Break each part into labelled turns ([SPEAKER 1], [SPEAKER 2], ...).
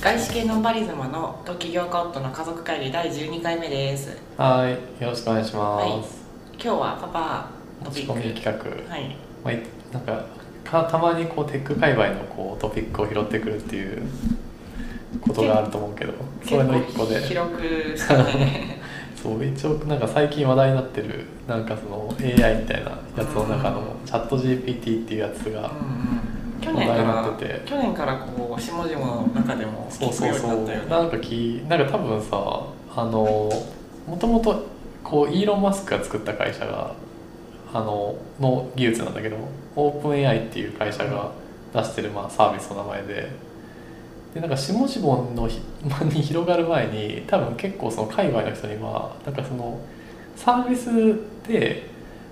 [SPEAKER 1] 外資系ノンバリズムのと起業家夫の家族会議第12回目です
[SPEAKER 2] はい、よろしくお願いします。
[SPEAKER 1] はい今日はパパトピ
[SPEAKER 2] 持ち
[SPEAKER 1] ッ
[SPEAKER 2] 込み
[SPEAKER 1] ク
[SPEAKER 2] 企画、
[SPEAKER 1] はい
[SPEAKER 2] まあい、なんかかたまにこうテック界隈のこうトピックを拾ってくるっていうことがあると思うけど、それの一個で、
[SPEAKER 1] 広くした ね
[SPEAKER 2] そう一応なんか最近話題になってるなんかその AI みたいなやつの中の
[SPEAKER 1] う
[SPEAKER 2] チャット GPT っていうやつ
[SPEAKER 1] う
[SPEAKER 2] が、
[SPEAKER 1] んうん去年か
[SPEAKER 2] 話題になって
[SPEAKER 1] ら
[SPEAKER 2] て
[SPEAKER 1] 去年からこう下々の中でも
[SPEAKER 2] そう
[SPEAKER 1] 聞く
[SPEAKER 2] そう
[SPEAKER 1] ように
[SPEAKER 2] そ
[SPEAKER 1] な
[SPEAKER 2] う
[SPEAKER 1] ったよね
[SPEAKER 2] なんかきなんか多分さあのもともとこうイーロン・マスクが作った会社があのの技術なんだけどオープン AI っていう会社が出してる、まあ、サービスの名前ででなんか下々のひ に広がる前に多分結構その海外の人にはなんかそのサービスで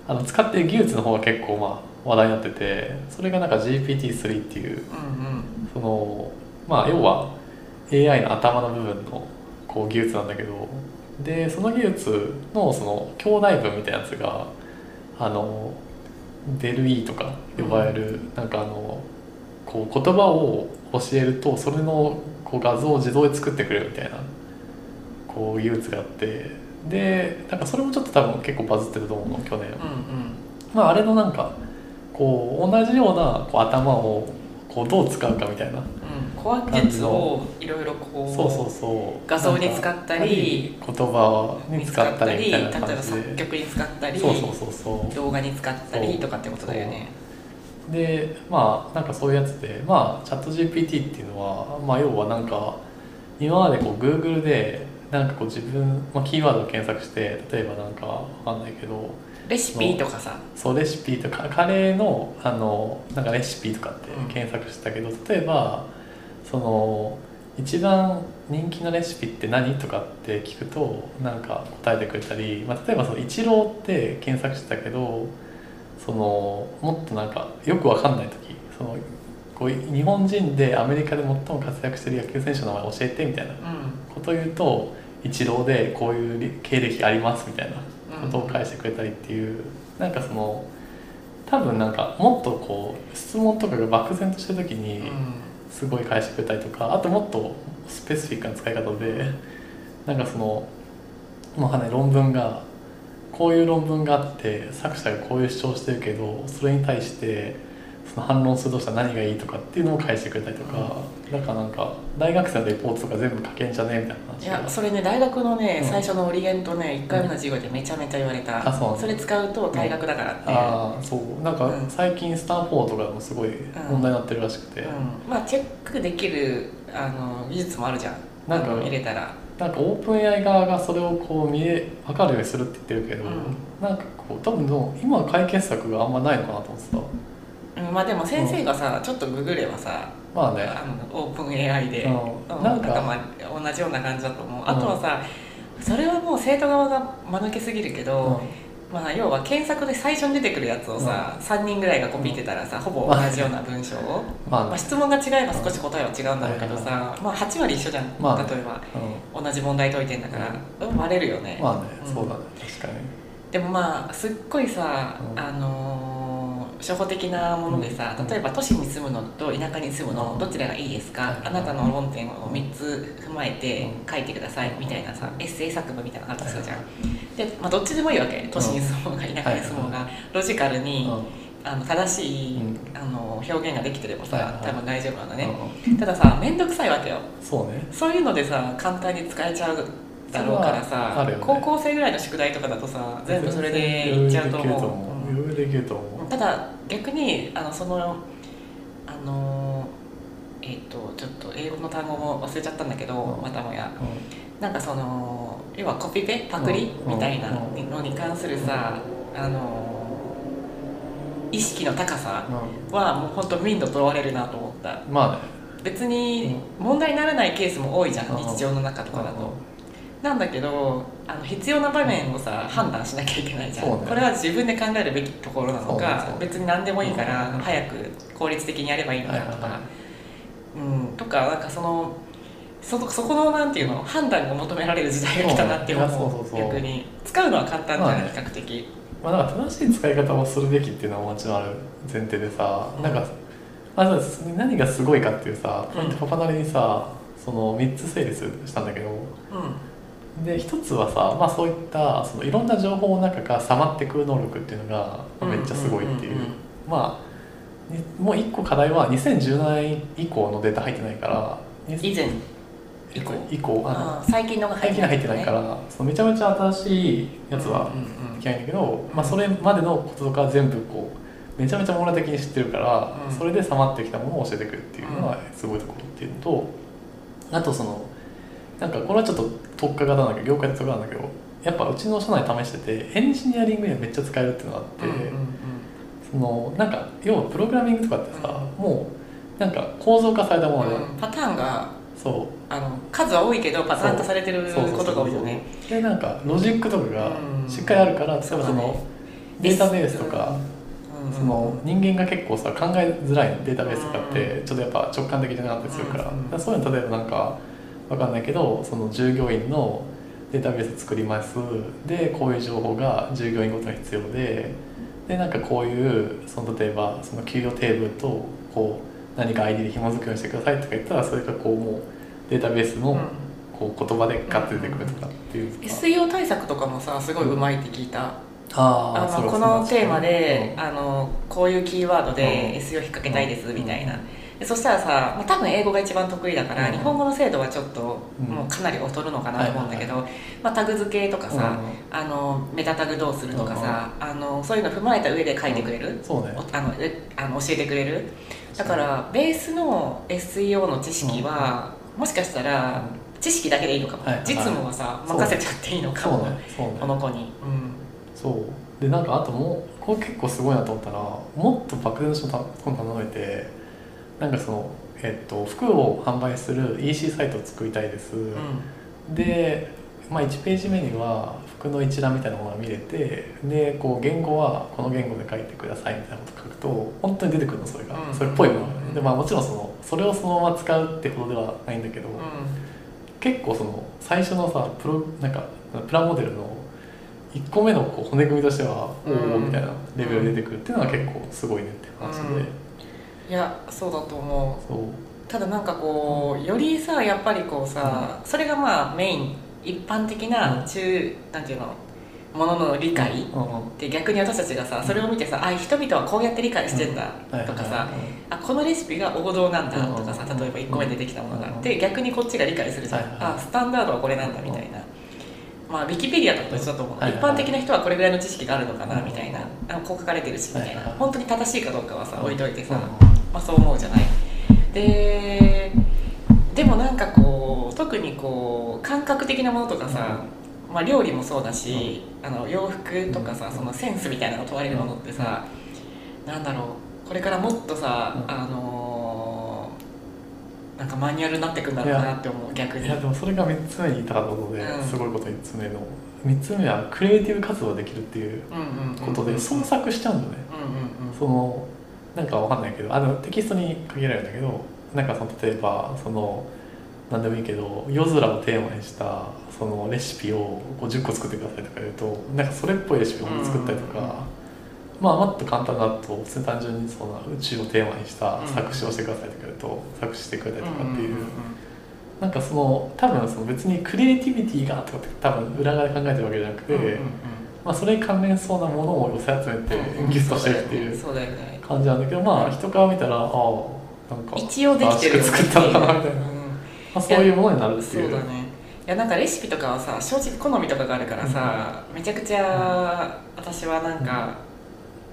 [SPEAKER 2] あの使ってる技術の方が結構まあ話題になっててそれがなんか GPT-3 っていう
[SPEAKER 1] うん
[SPEAKER 2] そのまあ要は AI の頭の部分のこう技術なんだけどでその技術のその兄弟分みたいなやつがあのデル E とか呼ばれる、なんかあのこう言葉を教えるとそれのこう画像を自動で作ってくれるみたいなこう技術があってでなんかそれもちょっと多分結構バズってると思うの去年
[SPEAKER 1] うんうん
[SPEAKER 2] まあ、あれのなんかこう同じようなこう頭をこうどう使うかみたいな
[SPEAKER 1] うんコア技術をいろいろこう
[SPEAKER 2] そうそうそう
[SPEAKER 1] 画像に使ったり
[SPEAKER 2] なんか言葉に
[SPEAKER 1] 見つ
[SPEAKER 2] 使
[SPEAKER 1] か
[SPEAKER 2] っ
[SPEAKER 1] った
[SPEAKER 2] た
[SPEAKER 1] り
[SPEAKER 2] りみ
[SPEAKER 1] 例
[SPEAKER 2] た
[SPEAKER 1] え
[SPEAKER 2] いな
[SPEAKER 1] ば
[SPEAKER 2] 感じ
[SPEAKER 1] 作
[SPEAKER 2] で
[SPEAKER 1] 曲に使ったり
[SPEAKER 2] そうそうそうそ
[SPEAKER 1] 動画に使ったりとかってことだよね
[SPEAKER 2] うでまあなんかそういうやつでまあチャット GPT っていうのは、まあ、要はなんか今までこう Google でなんかこう自分、まあ、キーワードを検索して例えばなんかわかんないけど
[SPEAKER 1] レシピとかさ
[SPEAKER 2] そうレシピとかカレーのあのなんかレシピとかって
[SPEAKER 1] うん
[SPEAKER 2] 検索してたけど、例えばその一番人気のレシピって何とかって聞くとなんか答えてくれたり、まあ、例えばその「イチロー」って検索してたけどそのもっとなんかよくわかんない時そのこう日本人でアメリカで最も活躍してる野球選手の名前教えてみたいな
[SPEAKER 1] うん
[SPEAKER 2] ことを言うと「イチローでこういうり経歴あります」みたいな。
[SPEAKER 1] うん
[SPEAKER 2] ことを返してくれたりっていうなんかその多分なんかもっとこう質問とかが漠然としてる時
[SPEAKER 1] う
[SPEAKER 2] に
[SPEAKER 1] ん
[SPEAKER 2] すごい返してくれたりとかあともっとスペシフィックな使い方でなんかそのもうね論文がこういう論文があって作者がこういう主張してるけどそれに対してその反論するとしたら何がいいとかっていうのを返してくれたりとか、なんかなんか大学生のレポートとか全部書けんじゃねみたい
[SPEAKER 1] い
[SPEAKER 2] な話
[SPEAKER 1] や
[SPEAKER 2] が
[SPEAKER 1] それね大学のね、
[SPEAKER 2] うん
[SPEAKER 1] 最初のオリエントね1回目の授業でめちゃめちゃ言われた、
[SPEAKER 2] あそうなんだ
[SPEAKER 1] それ使うと大学だからっていう、
[SPEAKER 2] ああそうなん
[SPEAKER 1] う
[SPEAKER 2] か
[SPEAKER 1] ん
[SPEAKER 2] 最近スタンフォードとかでもすごい問題になってるらしくて、
[SPEAKER 1] うんまあチェックできるあの技術もあるじゃん
[SPEAKER 2] なんか
[SPEAKER 1] あの入れたら
[SPEAKER 2] なんかオープン AI 側がそれをこう見え分かるようにするって言ってるけど、
[SPEAKER 1] うん
[SPEAKER 2] なんかこう多分でも今は解決策があんまないのかなと思ってた
[SPEAKER 1] うんまあでも先生がさ、ちょっとググればさ
[SPEAKER 2] まあね
[SPEAKER 1] あのオープン AI で、
[SPEAKER 2] うん
[SPEAKER 1] うんな
[SPEAKER 2] なんん
[SPEAKER 1] か
[SPEAKER 2] か
[SPEAKER 1] まあ同じような感じだと思う、
[SPEAKER 2] うん
[SPEAKER 1] あとはさそれはもう生徒側が間抜けすぎるけど、まあ、要は検索で最初に出てくるやつをさ、3人ぐらいがコピーってたらさほぼ同じような文章を、
[SPEAKER 2] うんまあ
[SPEAKER 1] まあ、
[SPEAKER 2] ね、
[SPEAKER 1] 質問が違えば少し答えは違うんだろうけどさ、まあ、8割一緒じゃん、
[SPEAKER 2] まあ
[SPEAKER 1] 例えば
[SPEAKER 2] う
[SPEAKER 1] 同じ問題解いてんだから、うん割れるよね、
[SPEAKER 2] ん、まあね、
[SPEAKER 1] うん
[SPEAKER 2] そうだね確かに
[SPEAKER 1] でもまあすっごいさ、
[SPEAKER 2] うん
[SPEAKER 1] あのー初歩的なものでさ、
[SPEAKER 2] うん
[SPEAKER 1] 例えば都市に住むのと田舎に住むのどちらがいいですか、
[SPEAKER 2] うん
[SPEAKER 1] あなたの論点を3つ踏まえて書いてくださいみたいなさ、エッセイ作文みたいなのがあるとするじゃん、で、まあ、どっちでもいいわけ都市に住もうが田舎に住もうが、ロジカルに、
[SPEAKER 2] うん
[SPEAKER 1] あの正しい、
[SPEAKER 2] うん
[SPEAKER 1] あの表現ができてればさ、
[SPEAKER 2] はいはい
[SPEAKER 1] 多分大丈夫なんだね、
[SPEAKER 2] う
[SPEAKER 1] たださ面倒くさいわけよ
[SPEAKER 2] んそうね
[SPEAKER 1] そういうのでさ簡単に使えちゃうだろうから
[SPEAKER 2] それ
[SPEAKER 1] さ
[SPEAKER 2] は、あるよね
[SPEAKER 1] 高校生ぐらいの宿題とかだとさ全部それでい
[SPEAKER 2] い
[SPEAKER 1] っちゃうと思う
[SPEAKER 2] 余裕できると思う
[SPEAKER 1] うんただ逆にあのそのあのえっ、とちょっと英語の単語も忘れちゃったんだけど、
[SPEAKER 2] うん
[SPEAKER 1] またもや
[SPEAKER 2] うん
[SPEAKER 1] なんかその要はコピペパクリ、
[SPEAKER 2] うん
[SPEAKER 1] みたいな
[SPEAKER 2] うん
[SPEAKER 1] のに関するさ、あの意識の高さ、はもう本当民度問われるなと思った
[SPEAKER 2] うんまあね
[SPEAKER 1] 別に問題にならないケースも多いじゃん
[SPEAKER 2] うん
[SPEAKER 1] 日常の中とかだとなんだけどあの必要な場面をさ判断しなきゃいけないじゃん、
[SPEAKER 2] そうね
[SPEAKER 1] これは自分で考えるべきところなの
[SPEAKER 2] そうね
[SPEAKER 1] か
[SPEAKER 2] そうね
[SPEAKER 1] 別に何でもいいから
[SPEAKER 2] うん
[SPEAKER 1] 早く効率的にやればいいのかと
[SPEAKER 2] はいはいは
[SPEAKER 1] かうんとかなんかそのそそこのなんていうの判断が求められる時代が来たなって思
[SPEAKER 2] そううねいやそうそうそう
[SPEAKER 1] 逆に使うのは簡単じゃない
[SPEAKER 2] まあね
[SPEAKER 1] 比較的
[SPEAKER 2] まあ、なんか正しい使い方をするべきっていうのはもちろんある前提でさ、
[SPEAKER 1] うん
[SPEAKER 2] なんか、まあ、何がすごいかっていうさ
[SPEAKER 1] うん
[SPEAKER 2] ポイントパパなりにさ、そその3つ整理したんだけど
[SPEAKER 1] うん
[SPEAKER 2] で一つはさ、まあ、そういったそのいろんな情報の中からさまってくる能力っていうのがまあめっちゃすごいっていう,、
[SPEAKER 1] んんん
[SPEAKER 2] まあにもう一個課題は2017年以降のデータ入ってないから
[SPEAKER 1] うん以前
[SPEAKER 2] 以降以降あの
[SPEAKER 1] あー最近のが
[SPEAKER 2] 最近の入ってないかららそのめちゃめちゃ新しいやつは
[SPEAKER 1] うんうん
[SPEAKER 2] いけないんだけど、まあ、それまでのこととか全部こうめちゃめちゃ網羅的に知ってるから、
[SPEAKER 1] うん
[SPEAKER 2] それでさまってきたものを教えてくるっていうのがすごいところっていうのとあとそのなんかこれはちょっと特化型なんだけど業界の特化なんだけどやっぱうちの社内試しててエンジニアリングにはめっちゃ使えるっていうのがあって、
[SPEAKER 1] うんうんうん
[SPEAKER 2] そのなんか要はプログラミングとかってさ、もうなんか構造化されたもので、
[SPEAKER 1] うんパターンが
[SPEAKER 2] そう
[SPEAKER 1] あの数は多いけどパターン化されてることが多いよね
[SPEAKER 2] でなんかロジックとかがしっかりあるから、例えばそのデータベースとか、
[SPEAKER 1] うん
[SPEAKER 2] その人間が結構さ考えづらいデータベースとかっ
[SPEAKER 1] う
[SPEAKER 2] てちょっとやっぱ直感的じゃなかったりするから,、
[SPEAKER 1] うん
[SPEAKER 2] だからそういうの例えばなんかわかんないけどその従業員のデータベース作りますでこういう情報が従業員ごとに必要ででなんかこういうその例えばその給与テーブルとこう何か ID で紐づくようにしてくださいとか言ったらそれがこうもうデータベース
[SPEAKER 1] う
[SPEAKER 2] の、
[SPEAKER 1] ん
[SPEAKER 2] こう言葉でガッて出てくるとかっていうのが
[SPEAKER 1] SEO 対策とかもさすごいうまいって聞いたあ
[SPEAKER 2] あーそう
[SPEAKER 1] のこ
[SPEAKER 2] かそう
[SPEAKER 1] の
[SPEAKER 2] か
[SPEAKER 1] テーマで、
[SPEAKER 2] うん
[SPEAKER 1] あのこういうキーワードで
[SPEAKER 2] うん
[SPEAKER 1] SEO 引っ掛けたいです
[SPEAKER 2] うん
[SPEAKER 1] みたいな、でそしたらさ、まあ、多分英語が一番得意だから、
[SPEAKER 2] うん
[SPEAKER 1] 日本語の精度はちょっと、
[SPEAKER 2] うん
[SPEAKER 1] もうかなり劣るのかなと思うんだけど、まあ、タグ付けとかさ、あのメタタグどうするとかさ、あのそういうの踏まえた上で書いてくれる、
[SPEAKER 2] うんそうね
[SPEAKER 1] おあのえあの教えてくれるだからベースの SEO の知識は、もしかしたら知識だけでいいのかも、
[SPEAKER 2] はいはい
[SPEAKER 1] 実務はさ
[SPEAKER 2] そう
[SPEAKER 1] 任せちゃっていいのか
[SPEAKER 2] そう
[SPEAKER 1] も、
[SPEAKER 2] ねそうね
[SPEAKER 1] この子に。うん
[SPEAKER 2] そうでなんかあともうこれ結構すごいなと思ったらもっと漠然としたことを考えてなんかその、えっと、服を販売する EC サイトを作りたいです、
[SPEAKER 1] うん
[SPEAKER 2] で、まあ、1ページ目には服の一覧みたいなものが見れてでこう言語はこの言語で書いてくださいみたいなこと書くと本当に出てくるのそれが、
[SPEAKER 1] うん
[SPEAKER 2] それっぽいものが
[SPEAKER 1] うん
[SPEAKER 2] で、まあ、もちろんそのそれをそのまま使うってほどではないんだけど、
[SPEAKER 1] う
[SPEAKER 2] 結構その最初のさプロなんかプラモデルの1個目のこう骨組みとしては、
[SPEAKER 1] うん
[SPEAKER 2] おおみたいなレベルで出てくるっていうのは結構すごいねって話で、
[SPEAKER 1] うんん、いやそうだと思
[SPEAKER 2] そう
[SPEAKER 1] うただなんかこうよりさやっぱりこうさ、それがまあメイン一般的な
[SPEAKER 2] うん
[SPEAKER 1] 中、なんていうのものの理解、
[SPEAKER 2] うんうん
[SPEAKER 1] で逆に私たちがさそれを見てさあ人々はこうやって理解してんだ
[SPEAKER 2] はい
[SPEAKER 1] とかさ、
[SPEAKER 2] はい
[SPEAKER 1] あこのレシピが王道なんだ
[SPEAKER 2] うん
[SPEAKER 1] とかさ
[SPEAKER 2] うん
[SPEAKER 1] 例えば1個目でできたものがあっ
[SPEAKER 2] う
[SPEAKER 1] て逆にこっちが理解するじゃん、
[SPEAKER 2] はいはい
[SPEAKER 1] あスタンダードはこれなんだみたいな、まあウィキペディアとかと一緒だと思う、
[SPEAKER 2] はいはい
[SPEAKER 1] 一般的な人はこれぐらいの知識があるのかな
[SPEAKER 2] うん
[SPEAKER 1] みたいな、あこう書かれてるしみたいな、
[SPEAKER 2] はいはい
[SPEAKER 1] 本当に正しいかどうかはさ置いといてさ、
[SPEAKER 2] うん
[SPEAKER 1] まあ、そう思うじゃないででもなんかこう特にこう感覚的なものとかさ、まあ、料理もそうだし、あの洋服とかさ
[SPEAKER 2] うん
[SPEAKER 1] そのセンスみたいなの問われるものってさ、なんだろうこれからもっとさ、
[SPEAKER 2] うん
[SPEAKER 1] あのーなんかマニュアルになってくんだろうなって思う逆
[SPEAKER 2] い
[SPEAKER 1] に
[SPEAKER 2] やでもそれが3つ目に言いたかったことで、
[SPEAKER 1] うん
[SPEAKER 2] すごいこと3つ目の3つ目はクリエイティブ活動ができるっていう
[SPEAKER 1] うんうんうん
[SPEAKER 2] ことで創作しちゃうんだね
[SPEAKER 1] うんうんうん
[SPEAKER 2] そのなんかわかんないけどあのテキストに限られるんだけどなんかその例えばその何でもいいけど夜空をテーマにしたそのレシピを50個作ってくださいとか言うとなんかそれっぽいレシピを作ったりとか、
[SPEAKER 1] うん
[SPEAKER 2] まあもっと簡単だと普通に単純にその宇宙をテーマにした作詞をしてくださいとか言うと作詞してくれたりとかっていう、なんかその多分その別にクリエイティビティがとかって多分裏側で考えてるわけじゃなくて、
[SPEAKER 1] うんうんうんうんうん
[SPEAKER 2] まあ、それに関連そうなものを寄せ集めて
[SPEAKER 1] うん
[SPEAKER 2] ギュッとしてるっていう。
[SPEAKER 1] そうだよね
[SPEAKER 2] 感じなんだけどまあ人から見たらああなんか
[SPEAKER 1] 一応できてるよね
[SPEAKER 2] 新しく作ったのかなみたいな、
[SPEAKER 1] う
[SPEAKER 2] ま
[SPEAKER 1] ん
[SPEAKER 2] あ、そういうものになるって
[SPEAKER 1] そ
[SPEAKER 2] いう
[SPEAKER 1] うだねいやなんかレシピとかはさ正直好みとかがあるからさ、めちゃくちゃ私はなんか、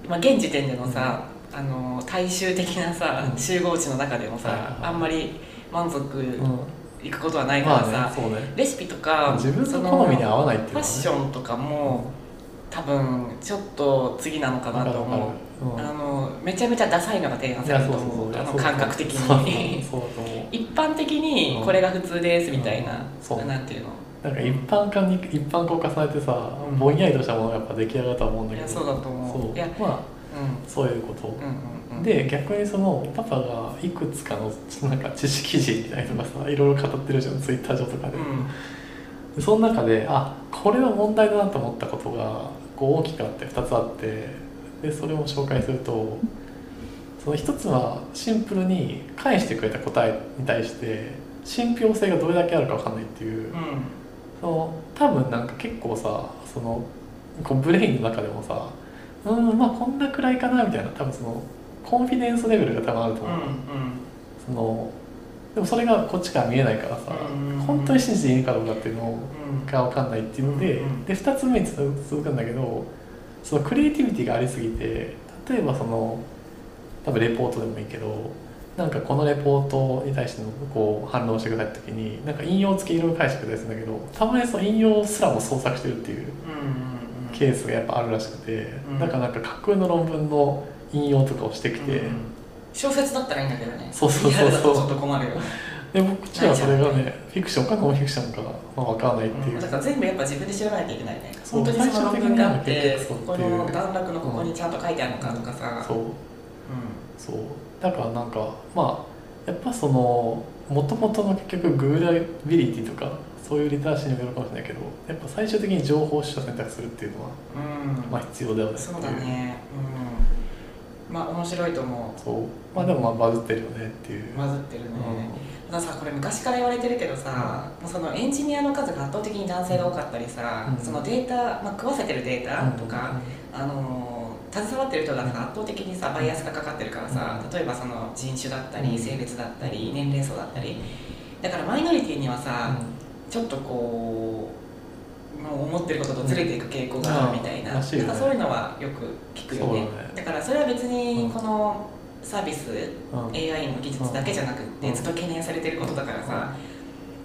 [SPEAKER 1] まあ、現時点でのさ、あの大衆的なさ、
[SPEAKER 2] うん
[SPEAKER 1] 集合値の中でもさ、
[SPEAKER 2] はいはいはい
[SPEAKER 1] あんまり満足
[SPEAKER 2] うん
[SPEAKER 1] いくことはないからさ、
[SPEAKER 2] まあねそうね
[SPEAKER 1] レシピとか
[SPEAKER 2] 自分の好みに合
[SPEAKER 1] わ
[SPEAKER 2] わないっていう
[SPEAKER 1] ファッションとかも多分ちょっと次なのか
[SPEAKER 2] わ
[SPEAKER 1] な
[SPEAKER 2] か
[SPEAKER 1] と
[SPEAKER 2] るわか
[SPEAKER 1] 思う
[SPEAKER 2] る、うん
[SPEAKER 1] あのめちゃめちゃダサいのが提案
[SPEAKER 2] い
[SPEAKER 1] さ
[SPEAKER 2] や
[SPEAKER 1] れる
[SPEAKER 2] そう
[SPEAKER 1] と
[SPEAKER 2] そう
[SPEAKER 1] 思
[SPEAKER 2] そうう
[SPEAKER 1] あの
[SPEAKER 2] そう
[SPEAKER 1] 感覚的
[SPEAKER 2] そう
[SPEAKER 1] に
[SPEAKER 2] そうそうだと思
[SPEAKER 1] 一般的にこれが普通ですみたいな、
[SPEAKER 2] うんそう
[SPEAKER 1] なんていうの
[SPEAKER 2] うなんか一般化に一般化を重ねてさ
[SPEAKER 1] うん
[SPEAKER 2] ぼんやりとしたものがやっぱ出来上がるとは思うんだ
[SPEAKER 1] い
[SPEAKER 2] け
[SPEAKER 1] や
[SPEAKER 2] ど
[SPEAKER 1] そうだと思う
[SPEAKER 2] そう
[SPEAKER 1] いや
[SPEAKER 2] まあ
[SPEAKER 1] う
[SPEAKER 2] そういうこと、
[SPEAKER 1] んうんうんうん
[SPEAKER 2] で逆にそのパパがいくつかのなんか知識人みたいなのがさいろいろ語ってるじゃんツイッター上とかで、
[SPEAKER 1] うん
[SPEAKER 2] でその中であこれは問題だなと思ったことがこう大きくあって2つあってでそれを紹介するとそその一つはシンプルに返してくれた答えに対して信憑性がどれだけあるかわかんないっていう、
[SPEAKER 1] う
[SPEAKER 2] その多分なんか結構さそのこうブレインの中でもさうーんまあこんなくらいかなみたいな多分そのコンフィデンスレベルが多分あると
[SPEAKER 1] んう
[SPEAKER 2] 思う、
[SPEAKER 1] ん
[SPEAKER 2] そのでもそれがこっちから見えないからさ、
[SPEAKER 1] うん
[SPEAKER 2] 本当に信じていいのかどうかっていうの
[SPEAKER 1] うん
[SPEAKER 2] が分かんないっていうので、
[SPEAKER 1] うん
[SPEAKER 2] で2つ目に続くんだけどそのクリエイティビティがありすぎて例えばその多分レポートでもいいけどなんかこのレポートに対してのこう反論してくださいった時になんか引用付きいろいろ返してくれたりするんだけどたまにその引用すらも創作してるっていう
[SPEAKER 1] うんうん
[SPEAKER 2] ケースがやっぱあるらしくて、
[SPEAKER 1] うん
[SPEAKER 2] だからなんか架空の論文の引用とかをしてきて。
[SPEAKER 1] うん小説だったらいいんだけどね
[SPEAKER 2] そうそうそうそう
[SPEAKER 1] リアルだとちょっと困るよね、
[SPEAKER 2] で僕ちはそれがねフィクションかノンフィクションか、まあ、分からないっていう、
[SPEAKER 1] うんだから全部やっぱ自分で調べないといけないね
[SPEAKER 2] そう
[SPEAKER 1] 本当にその論文があっ
[SPEAKER 2] 最
[SPEAKER 1] て
[SPEAKER 2] 終的には結
[SPEAKER 1] こ
[SPEAKER 2] 局そう
[SPEAKER 1] こ
[SPEAKER 2] っていう
[SPEAKER 1] の段落のここにちゃんと書いてあるのかとかさ
[SPEAKER 2] そう
[SPEAKER 1] う
[SPEAKER 2] そうだからなんかまあやっぱそのもともとの結局グーラビリティとかそういうリターシーにもよるかもしれないけどやっぱ最終的に情報取捨選択するっていうのは、
[SPEAKER 1] んうん
[SPEAKER 2] まあ、必要だよねってい
[SPEAKER 1] そうだねうんまあ面白いと思
[SPEAKER 2] そうまあでもまあバズってるよねっていうう、
[SPEAKER 1] バズってるね、
[SPEAKER 2] う
[SPEAKER 1] たださこれ昔から言われてるけどさ、もうそのエンジニアの数が圧倒的に男性が多かったりさ、
[SPEAKER 2] うん
[SPEAKER 1] そのデータ、まあ、食わせてるデー
[SPEAKER 2] ん
[SPEAKER 1] タとか、、あのー携わってる人がなんか圧倒的にさバイアスがかかってるからさ、
[SPEAKER 2] うん
[SPEAKER 1] 例えばその人種だった
[SPEAKER 2] う
[SPEAKER 1] り
[SPEAKER 2] ん
[SPEAKER 1] 性別だったり年齢層だったりだからマイノリティにはさ、ちょっとこうもう思ってることとずれていく傾向があるみたいな,、
[SPEAKER 2] うんらしいよね
[SPEAKER 1] なんかそういうのはよく聞くよね
[SPEAKER 2] そうだね
[SPEAKER 1] だからそれは別にこのサービス、
[SPEAKER 2] うんうん
[SPEAKER 1] AI の技術だけじゃなくて
[SPEAKER 2] うん
[SPEAKER 1] ずっと懸念されてることだからさ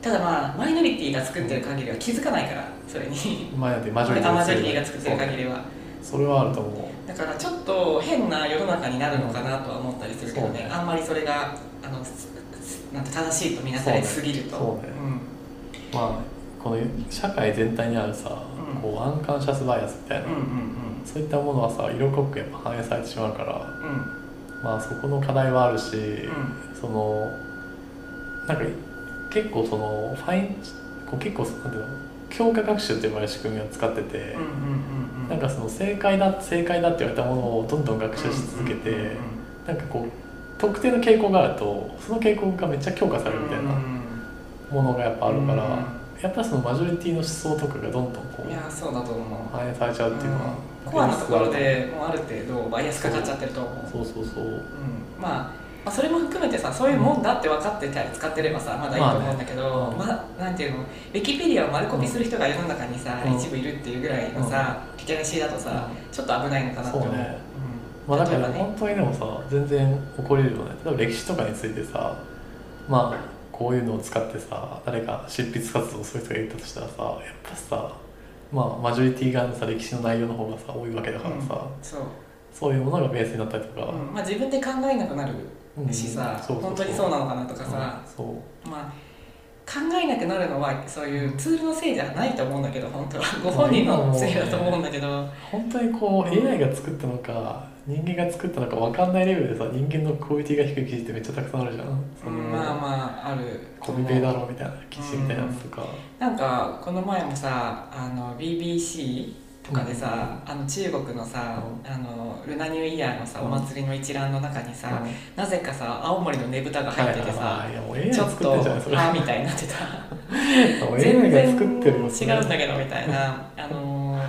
[SPEAKER 1] ただまあマイノリティが作ってる限りは気づかないからそれに
[SPEAKER 2] まあだってマ
[SPEAKER 1] ア
[SPEAKER 2] ジョリティ
[SPEAKER 1] マジョリティが作ってる限
[SPEAKER 2] り
[SPEAKER 1] りは
[SPEAKER 2] それはあると思
[SPEAKER 1] だからちょっと変な世の中になるのかなとは思ったりするけど
[SPEAKER 2] そう
[SPEAKER 1] ね
[SPEAKER 2] ね
[SPEAKER 1] あんまりそれがあのすすなんて正しいとみなされすぎると
[SPEAKER 2] そうねそうねうまあこの社会全体にあるさ、
[SPEAKER 1] うん
[SPEAKER 2] こうアンカンシャスバイアスみたいな、
[SPEAKER 1] うんうん
[SPEAKER 2] そういったものはさ色濃くやっぱ反映されてしまうから
[SPEAKER 1] うんうんうん
[SPEAKER 2] まあそこの課題はあるし、
[SPEAKER 1] うん
[SPEAKER 2] そのなんか結構そのファインこう結構なんていうの強化学習と呼ばれる仕組みを使ってて、
[SPEAKER 1] うんうんうん
[SPEAKER 2] なんかその正解だ正解だって言われたものをどんどん学習し続けて、
[SPEAKER 1] うんうんうん
[SPEAKER 2] なんかこう特定の傾向があるとその傾向がめっちゃ強化されるみたい
[SPEAKER 1] うん
[SPEAKER 2] なものがやっぱあるから、
[SPEAKER 1] う
[SPEAKER 2] やっぱそのマジョリティの思想とかがどんどんこ
[SPEAKER 1] んいや
[SPEAKER 2] う
[SPEAKER 1] そうだと思う
[SPEAKER 2] 反映されちゃうっていうのは、
[SPEAKER 1] うんコアなところでもうある程度バイアスかかっちゃってると思う
[SPEAKER 2] そうそうそう
[SPEAKER 1] うんまあ、まあそれも含めてさそういうもんだって分かってたり使ってればさまだいいと思うんだけど、
[SPEAKER 2] ま
[SPEAKER 1] まなんていうのウィキペディアを丸コピする人が世の中にさ、
[SPEAKER 2] うん
[SPEAKER 1] 一部いるっていうぐらいのさ、リテラシーだとさ、ちょっと危ないのかなって思う
[SPEAKER 2] そうね
[SPEAKER 1] うん
[SPEAKER 2] まあ、
[SPEAKER 1] 例
[SPEAKER 2] だか
[SPEAKER 1] えば
[SPEAKER 2] ら
[SPEAKER 1] ね
[SPEAKER 2] 本当にでもさ全然起こり得るよね例えば歴史とかについてさまあこういうのを使ってさ誰か執筆活動をする人がいたとしたらさやっぱさまあマジョリティ側のさ歴史の内容の方がさ多いわけだからさ、
[SPEAKER 1] そう、
[SPEAKER 2] そういうものがベースになったりとか、
[SPEAKER 1] うんまあ、自分で考えなくなる
[SPEAKER 2] うん
[SPEAKER 1] しさ、本当にそうなのかなとかさ、
[SPEAKER 2] うんそう
[SPEAKER 1] まあ考えなくなるのはそういうツールのせいじゃないと思うんだけど本当はご本人のせいだと思うんだけど、
[SPEAKER 2] 本当にこう AI が作ったのか人間が作ったのか分かんないレベルでさ人間のクオリティが低い記事ってめっちゃたくさんあるじゃんその、
[SPEAKER 1] うんまあまああると
[SPEAKER 2] コ
[SPEAKER 1] 思う
[SPEAKER 2] ピペだろみたいな記事みたいなやつとか、
[SPEAKER 1] なんかこの前もさあの BBC とかでさ、あの中国のさ、あのルナニューイヤーのさ、
[SPEAKER 2] うん
[SPEAKER 1] お祭りの一覧の中にさ、
[SPEAKER 2] うん
[SPEAKER 1] なぜかさ青森のねぶたが入っててさ、
[SPEAKER 2] はいはいはいいやもう AI
[SPEAKER 1] ちょ
[SPEAKER 2] が
[SPEAKER 1] っ
[SPEAKER 2] 作って
[SPEAKER 1] と
[SPEAKER 2] んじゃないそれ
[SPEAKER 1] あみたいになってた
[SPEAKER 2] 全
[SPEAKER 1] 全
[SPEAKER 2] 然
[SPEAKER 1] 然
[SPEAKER 2] 作って
[SPEAKER 1] 違
[SPEAKER 2] る
[SPEAKER 1] うん
[SPEAKER 2] ですね
[SPEAKER 1] だけどみたいなあのの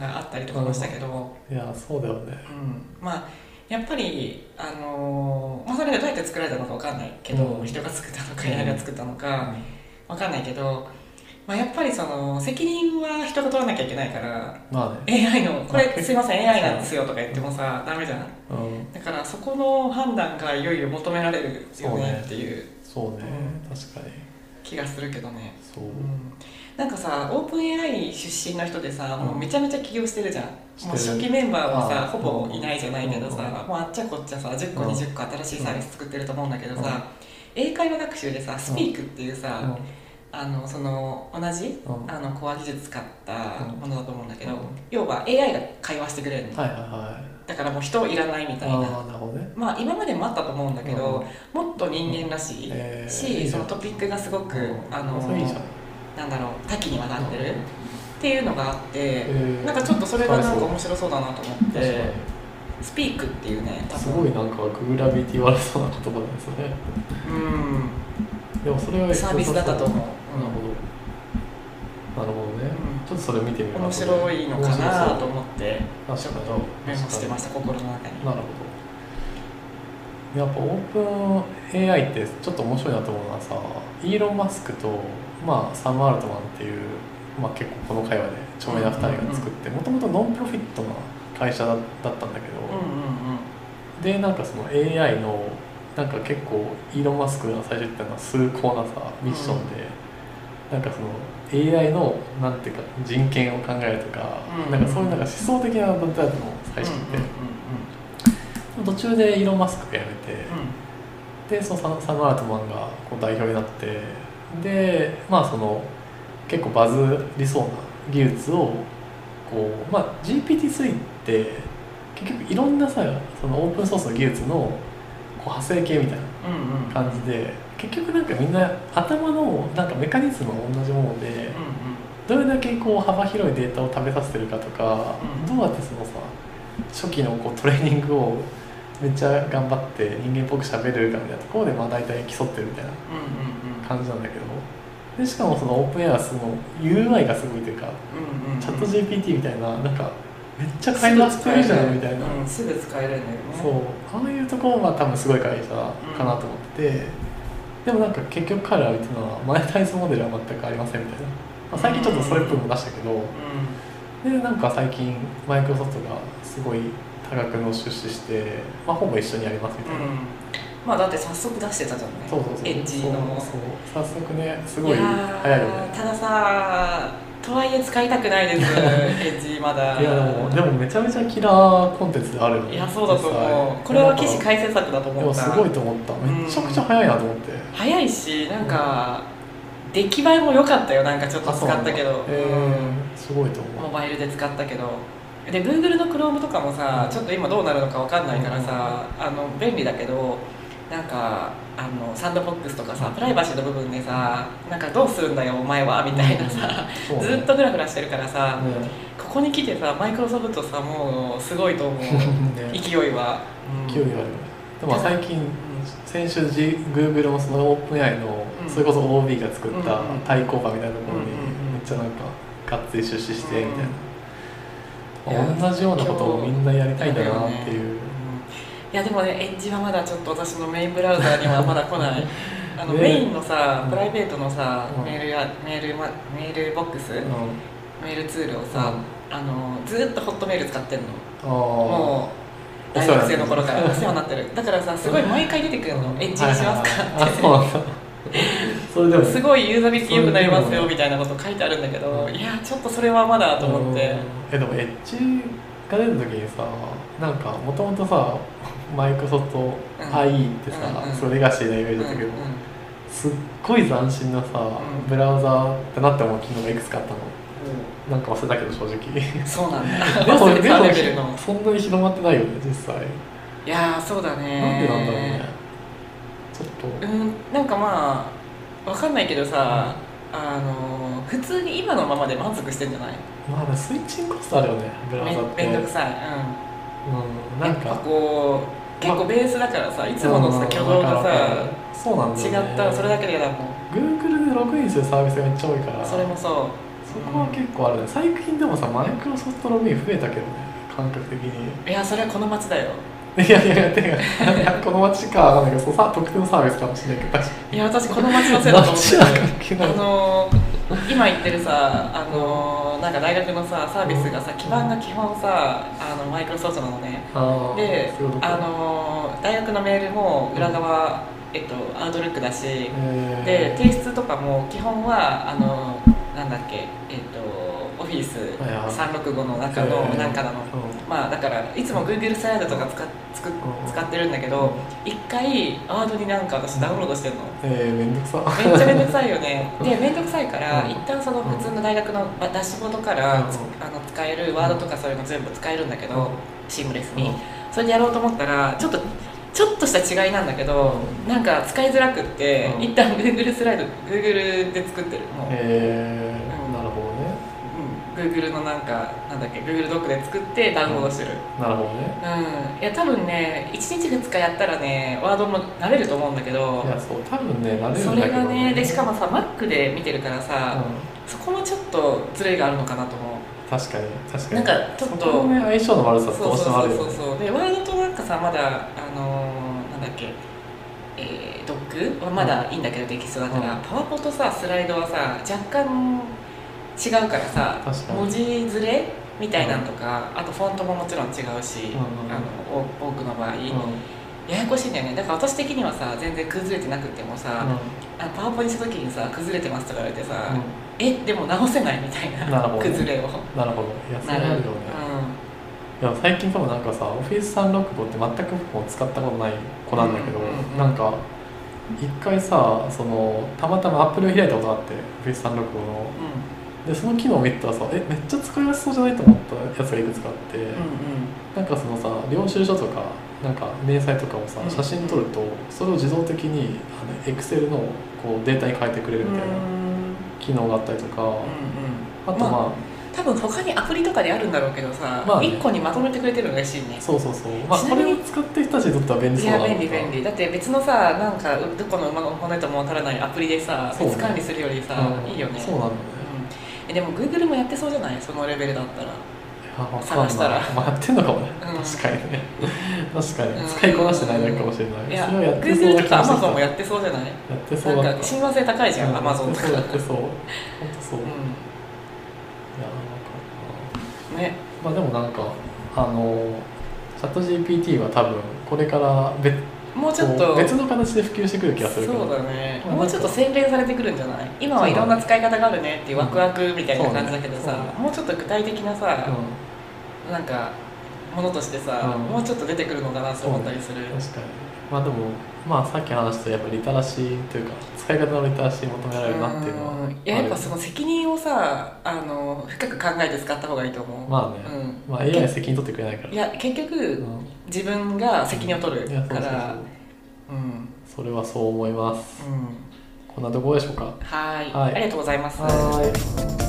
[SPEAKER 1] があったりとかもしたけど、
[SPEAKER 2] いやそうだよね
[SPEAKER 1] うん、まあやっぱり、あのまあ、それがどうやって作られたのかわかんないけど、
[SPEAKER 2] うん
[SPEAKER 1] 人が作ったのか AI が作ったのかわかんないけど、まあ、やっぱりその責任は人が取らなきゃいけないから
[SPEAKER 2] まあね
[SPEAKER 1] AI の「こ
[SPEAKER 2] まあ
[SPEAKER 1] れすいません AI なんですよ」とか言ってもさダメじゃん
[SPEAKER 2] うん
[SPEAKER 1] だからそこの判断がいよいよ求められる
[SPEAKER 2] そ
[SPEAKER 1] よ
[SPEAKER 2] うね
[SPEAKER 1] ねっていう
[SPEAKER 2] そうね
[SPEAKER 1] う
[SPEAKER 2] 確かに
[SPEAKER 1] 気がするけどね、
[SPEAKER 2] そう
[SPEAKER 1] うん、なんかさオープン AI 出身の人でさもうめちゃめちゃ起業してるじゃん
[SPEAKER 2] してる
[SPEAKER 1] もう初期メンバーはさ
[SPEAKER 2] ああ
[SPEAKER 1] ほぼいないじゃないけどさ
[SPEAKER 2] うん
[SPEAKER 1] もうあっちゃこっちゃさ10個
[SPEAKER 2] うん
[SPEAKER 1] 20個新しいサービス作ってると思うんだけどさ英会話学習でさスピークっていうさ、あのその同じ、
[SPEAKER 2] うん
[SPEAKER 1] あのコア技術使った
[SPEAKER 2] うん
[SPEAKER 1] ものだと思うんだけど、
[SPEAKER 2] うん
[SPEAKER 1] 要は AI が会話してくれるの、
[SPEAKER 2] はいはいはい
[SPEAKER 1] だからもう人いらないみたい
[SPEAKER 2] あ
[SPEAKER 1] な
[SPEAKER 2] あなるほどね
[SPEAKER 1] まあ今までもあったと思うんだけど、もっと人間らしい、
[SPEAKER 2] えー
[SPEAKER 1] し
[SPEAKER 2] いいじ
[SPEAKER 1] そ
[SPEAKER 2] ゃん
[SPEAKER 1] のトピックがすごく、
[SPEAKER 2] うん
[SPEAKER 1] あの
[SPEAKER 2] それいいじゃん
[SPEAKER 1] なんだろう多岐にわたってる、
[SPEAKER 2] うん
[SPEAKER 1] っていうのがあって、
[SPEAKER 2] えー
[SPEAKER 1] なんかちょっとそれがなんか
[SPEAKER 2] そう
[SPEAKER 1] 面白そうだなと思って
[SPEAKER 2] 確かに
[SPEAKER 1] スピークっていうね多分
[SPEAKER 2] すごいなんかグラビティ悪そうな言葉ですね
[SPEAKER 1] う
[SPEAKER 2] でもそれは
[SPEAKER 1] んサービスだったと思う、
[SPEAKER 2] なるほどなるほどね、
[SPEAKER 1] うん
[SPEAKER 2] ちょっとそれ見てみよう
[SPEAKER 1] 面白いのかなと思って
[SPEAKER 2] 面白そう確かに
[SPEAKER 1] メモしてました心の中に
[SPEAKER 2] なるほどやっぱオープン AI ってちょっと面白いなと思うのはさイーロン・マスクと、まあ、サム・アルトマンっていう、まあ、結構この会話で著名な2人が作ってもともとノンプロフィットな会社だったんだけど、
[SPEAKER 1] うんうんうん
[SPEAKER 2] でなんかその AI のなんか結構イーロン・マスクが最初言ったのは崇高なさミッションで、なんかその AI のなんていうか人権を考えるとか、
[SPEAKER 1] うん
[SPEAKER 2] なんかそういうなんか思想的な団体だと思う最初って、
[SPEAKER 1] うん
[SPEAKER 2] 途中でイーロン・マスクが辞めて、
[SPEAKER 1] うんうんうん
[SPEAKER 2] でそのササム・アルトマンがこう代表になってでまあその結構バズりそうな技術をこう、まあ、GPT-3 って結局いろんなさそのオープンソースの技術のこう派生系みたいな
[SPEAKER 1] うんうんうん
[SPEAKER 2] 感じで結局なんかみんな頭のなんかメカニズムは同じもので
[SPEAKER 1] うんうん
[SPEAKER 2] どれだけこう幅広いデータを食べさせてるかとか
[SPEAKER 1] う
[SPEAKER 2] どうやってそのさ初期のこうトレーニングをめっちゃ頑張って人間っぽく喋れるかみたいなところでまあ大体競ってるみたいな
[SPEAKER 1] うんうんうん
[SPEAKER 2] 感じなんだけどでしかもそのオープンエアはその UI がすごいというか
[SPEAKER 1] うんうん
[SPEAKER 2] チャット GPT みたいななんかめっちゃ会話してるじゃんみたいな、
[SPEAKER 1] うんすぐ使えるんだよね
[SPEAKER 2] そうああいうところは多分すごい会社かなと思ってて、でもなんか結局彼らが言ってたのはマネタイズモデルは全くありませんみたいな、まあ、最近ちょっとそれっぽいも出したけ
[SPEAKER 1] う
[SPEAKER 2] ど、でなんか最近マイクロソフトがすごい多額の出資して、まあ、ほぼ一緒にやりますみた
[SPEAKER 1] ん
[SPEAKER 2] いな、
[SPEAKER 1] うんまあだって早速出してたじゃんね
[SPEAKER 2] そうそうそう
[SPEAKER 1] エッジ
[SPEAKER 2] そう
[SPEAKER 1] の
[SPEAKER 2] そう早速ねすごい
[SPEAKER 1] や
[SPEAKER 2] 早いよ
[SPEAKER 1] ー
[SPEAKER 2] ね
[SPEAKER 1] たださとはいえ使いたくないですエッジまだ
[SPEAKER 2] いやでもでもめちゃめちゃキラーコンテンツであるよね
[SPEAKER 1] いやそうだと
[SPEAKER 2] 実
[SPEAKER 1] 思
[SPEAKER 2] 際
[SPEAKER 1] うこれは記事
[SPEAKER 2] で
[SPEAKER 1] 改正策だと思
[SPEAKER 2] も
[SPEAKER 1] った
[SPEAKER 2] すごいと思っためちゃくちゃ早いなと思って、
[SPEAKER 1] 早いしなんか出来栄えも良かったよなんかちょっと使
[SPEAKER 2] そうな
[SPEAKER 1] っ
[SPEAKER 2] んだ
[SPEAKER 1] たけど
[SPEAKER 2] えーすごいと
[SPEAKER 1] モ
[SPEAKER 2] 思う
[SPEAKER 1] バイルで使ったけどで Google の Chrome とかもさちょっと今どうなるのかわかんないからさあの便利だけどなんかあのサンドボックスとかさプライバシーの部分でさなんかどうするんだよお前はみたいなさ
[SPEAKER 2] そうね
[SPEAKER 1] ずっとグラグラしてるからさ
[SPEAKER 2] ね
[SPEAKER 1] ここに来てさマイクロソフトさもうすごいと 思う
[SPEAKER 2] ね
[SPEAKER 1] 勢いは、うん
[SPEAKER 2] 勢いあるよねでも最近
[SPEAKER 1] う
[SPEAKER 2] 先週 G- Google もそのオープン AI の
[SPEAKER 1] うん
[SPEAKER 2] それこそ OB が作った
[SPEAKER 1] うんうん
[SPEAKER 2] 対抗馬みたいなところに
[SPEAKER 1] うんうんうん
[SPEAKER 2] めっちゃなんかがっつり出資してみたい
[SPEAKER 1] うん
[SPEAKER 2] な同じようなことをみんなやりたいんだなっていう
[SPEAKER 1] いやでもねエッジはまだちょっと私のメインブラウザにはまだ来ないあの、
[SPEAKER 2] ね
[SPEAKER 1] メインのさ
[SPEAKER 2] うん
[SPEAKER 1] プライベートのさ、
[SPEAKER 2] うん
[SPEAKER 1] メールやメール、ま、メールボックス、
[SPEAKER 2] うん
[SPEAKER 1] メールツールをさ、あのずーっとホットメール使ってんの
[SPEAKER 2] あー
[SPEAKER 1] もう大学生の頃 からお世話になってるだからさすごい毎回出てくるのエッジにしますか
[SPEAKER 2] はいはいはいあそうなんだそれでも
[SPEAKER 1] すごいユーザビリティ良くなりますよみたいなこと書いてあるんだけど
[SPEAKER 2] うん
[SPEAKER 1] いやーちょっとそれはまだと思って
[SPEAKER 2] えでもエッジが出た時にさなんかもともとさマイクロソフト IE ってさ、
[SPEAKER 1] うんうん
[SPEAKER 2] それがシーなイメージだったけど、すっごい斬新なさ、ブラウザーってなって思う機能がいくつかあったのなんか忘れたけど正 直
[SPEAKER 1] うんそうなん
[SPEAKER 2] で
[SPEAKER 1] だ
[SPEAKER 2] も
[SPEAKER 1] 忘れ
[SPEAKER 2] で
[SPEAKER 1] たレベルの
[SPEAKER 2] もそんなに広まってないよね実際、
[SPEAKER 1] いやーそうだね
[SPEAKER 2] なんでなんだろうねちょっと、
[SPEAKER 1] うんなんかまあわかんないけどさ、あのー普通に今のままで満足してんじゃない
[SPEAKER 2] まあでもスイッチングコストあるよねブラウザって
[SPEAKER 1] めめんどくさい、
[SPEAKER 2] うん
[SPEAKER 1] うん、
[SPEAKER 2] なん
[SPEAKER 1] やっぱ
[SPEAKER 2] か
[SPEAKER 1] こう結構ベースだからさいつものさ挙動がさ
[SPEAKER 2] さそうなんだ
[SPEAKER 1] 違
[SPEAKER 2] よ、ね、
[SPEAKER 1] ったらそれだけで嫌だもん
[SPEAKER 2] Google でログインするサービスがめっちゃ多いから
[SPEAKER 1] それもそ
[SPEAKER 2] そこは結構あるね最近でもさマイクロソフトログイン増えたけどね感覚的に
[SPEAKER 1] ういやそれはこの街だよ
[SPEAKER 2] いやいやいやてかこの街かわかんないけどそうさ特定のサービスかもしれないけど確か
[SPEAKER 1] いや私この街のせいだと思って
[SPEAKER 2] 街は関係
[SPEAKER 1] あ
[SPEAKER 2] ない
[SPEAKER 1] のー今言ってるさあのーなんか大学のさサービスがさ基盤が基本さあのマイクロソフトなのね
[SPEAKER 2] あー
[SPEAKER 1] で
[SPEAKER 2] そういうこと
[SPEAKER 1] あのー大学のメールも裏側、えっと、アウトルックだし、
[SPEAKER 2] えー
[SPEAKER 1] で提出とかも基本はあのーなんだっけ、えっと、オフィス
[SPEAKER 2] はいはい
[SPEAKER 1] 365の中の
[SPEAKER 2] えー
[SPEAKER 1] なんかなの、まあだからいつも Google スライドとか使っ作っ
[SPEAKER 2] うん
[SPEAKER 1] 使ってるんだけど一回ワードになんか私ダウンロードしてるの
[SPEAKER 2] えー、めんどくさ
[SPEAKER 1] めっちゃ面倒くさいよねで面倒くさいから
[SPEAKER 2] うん
[SPEAKER 1] 一旦その普通の大学のまダッシュボードからつ
[SPEAKER 2] う
[SPEAKER 1] あの使えるワードとかそういうの全部使えるんだけ
[SPEAKER 2] う
[SPEAKER 1] ど
[SPEAKER 2] ん
[SPEAKER 1] シームレス
[SPEAKER 2] う
[SPEAKER 1] に
[SPEAKER 2] ん
[SPEAKER 1] それでやろうと思ったらちょっとちょっとした違いなんだけどなんか使いづらくって
[SPEAKER 2] うん
[SPEAKER 1] 一旦 Google スライド Google で作ってるもう
[SPEAKER 2] えー、
[SPEAKER 1] うん
[SPEAKER 2] なるほどね
[SPEAKER 1] うん Google のなんかなんだっけ Google ドックで作ってダウンロードしてる
[SPEAKER 2] なるほどね
[SPEAKER 1] うんいや多分ね1日2日やったらねワードも慣れると思うんだけど
[SPEAKER 2] いやそう多分ね慣れる
[SPEAKER 1] そ
[SPEAKER 2] んだ
[SPEAKER 1] れ
[SPEAKER 2] けど
[SPEAKER 1] がねでしかもさ Mac で見てるからさ、
[SPEAKER 2] う
[SPEAKER 1] そこもちょっとズレがあるのかなと思うん
[SPEAKER 2] 確かに確かに
[SPEAKER 1] なんかちょっと
[SPEAKER 2] そこのね相性の悪さって
[SPEAKER 1] そ
[SPEAKER 2] ど
[SPEAKER 1] う
[SPEAKER 2] うしてもあ
[SPEAKER 1] そう
[SPEAKER 2] るよ
[SPEAKER 1] そう
[SPEAKER 2] ね
[SPEAKER 1] そうでワードとなんかさまだあのーなんだっけえードックはまだいいんだけど、テキストだから、
[SPEAKER 2] うん
[SPEAKER 1] パワポとさスライドはさ若干違うからさ
[SPEAKER 2] 確かに
[SPEAKER 1] 文字ずれみたいなんとか、あとフォントももちろん違うし、
[SPEAKER 2] うんうん
[SPEAKER 1] あのお多くの場合、
[SPEAKER 2] うん
[SPEAKER 1] ややこしいんだよねだから私的にはさ全然崩れてなくてもさ、あのパワポにした時にさ崩れてますとか言われてさ、
[SPEAKER 2] う
[SPEAKER 1] えでも直せないみたいな
[SPEAKER 2] なるほどね
[SPEAKER 1] 崩れを
[SPEAKER 2] んなるほどいやそれあるよねいや最近多分なんかさオフィス365って全く僕も使ったことない子なんだけど、
[SPEAKER 1] うんうんうん
[SPEAKER 2] なんか一回さそのたまたまアプリを開いたことがあってオフィス365の
[SPEAKER 1] うん、うん
[SPEAKER 2] でその機能を見てたらさえめっちゃ使いやすそうじゃないと思ったやつがいくつかあって、
[SPEAKER 1] う
[SPEAKER 2] なんかそのさ領収書とかなんか明細とかをさ
[SPEAKER 1] うん
[SPEAKER 2] 写真撮るとそれを自動的にエクセルのこうデータに変えてくれる
[SPEAKER 1] んうん
[SPEAKER 2] みたいな機能があったりとか、あ
[SPEAKER 1] あ
[SPEAKER 2] と
[SPEAKER 1] と
[SPEAKER 2] まあ、
[SPEAKER 1] まあ多分他にアプリとかであるんだろうけどさ、
[SPEAKER 2] まあね
[SPEAKER 1] 1個にまとめてくれてるのが嬉しいね
[SPEAKER 2] そうそうそう、まあ、
[SPEAKER 1] ちな
[SPEAKER 2] こ
[SPEAKER 1] み
[SPEAKER 2] れ
[SPEAKER 1] に
[SPEAKER 2] を使ってる人たちにとっては便利
[SPEAKER 1] い
[SPEAKER 2] そうだ
[SPEAKER 1] や
[SPEAKER 2] なとか
[SPEAKER 1] 便利便利だって別のさなんかうどこの馬の骨とも足らないアプリでさ、
[SPEAKER 2] そうね
[SPEAKER 1] 別管理するよりさ、
[SPEAKER 2] うん
[SPEAKER 1] いいよね
[SPEAKER 2] そうなんだよね
[SPEAKER 1] うんえでも Google もやってそうじゃないそのレベルだったら
[SPEAKER 2] あ分かん
[SPEAKER 1] 探
[SPEAKER 2] ない
[SPEAKER 1] したら
[SPEAKER 2] まあやってんのかもね、
[SPEAKER 1] うん
[SPEAKER 2] 確か にね確か
[SPEAKER 1] うん
[SPEAKER 2] に使いこなしてないだけかもしれない、
[SPEAKER 1] いや
[SPEAKER 2] それはやってそう
[SPEAKER 1] Google
[SPEAKER 2] な
[SPEAKER 1] と
[SPEAKER 2] 気
[SPEAKER 1] か
[SPEAKER 2] がしてきた
[SPEAKER 1] Amazon もやってそうじゃない
[SPEAKER 2] やってそうだ
[SPEAKER 1] な
[SPEAKER 2] っ
[SPEAKER 1] んか
[SPEAKER 2] た
[SPEAKER 1] 親和性高いじゃん、
[SPEAKER 2] うん
[SPEAKER 1] Amazon とか
[SPEAKER 2] やってそうやってそう本当そう、いや
[SPEAKER 1] うん
[SPEAKER 2] なんか
[SPEAKER 1] ね
[SPEAKER 2] まあでもなんかあのチャット GPT は多分これから別
[SPEAKER 1] もうちょっと
[SPEAKER 2] こう別の形で普及してくる気がするけど
[SPEAKER 1] そうだね
[SPEAKER 2] まあ
[SPEAKER 1] もうちょっと洗練されてくるんじゃない今はいろんな使い方があるねっていうワクワクみたいな感じだけど
[SPEAKER 2] そう
[SPEAKER 1] さ
[SPEAKER 2] ね
[SPEAKER 1] もうちょっと具体的な
[SPEAKER 2] うん
[SPEAKER 1] さ、なんかものとしてさ、
[SPEAKER 2] うん
[SPEAKER 1] もうちょっと出てくるのかなと思ったりする
[SPEAKER 2] 確かにまあでもまあさっき話したやっぱリテラシーというか使い方のリテラシー求められるなっていうのは
[SPEAKER 1] うんいややっぱその責任をさあの深く考えて使った方がいいと思う、
[SPEAKER 2] まあね、
[SPEAKER 1] う
[SPEAKER 2] まあ AI 責任取ってくれないから
[SPEAKER 1] ん、いや結
[SPEAKER 2] う
[SPEAKER 1] 局
[SPEAKER 2] ん
[SPEAKER 1] 自分が責任を取る
[SPEAKER 2] いやそう
[SPEAKER 1] か
[SPEAKER 2] そうそう
[SPEAKER 1] らうん
[SPEAKER 2] それはそう思います
[SPEAKER 1] うん
[SPEAKER 2] こんなところでしょうか
[SPEAKER 1] はい
[SPEAKER 2] はい
[SPEAKER 1] ありがとうございます
[SPEAKER 2] はーい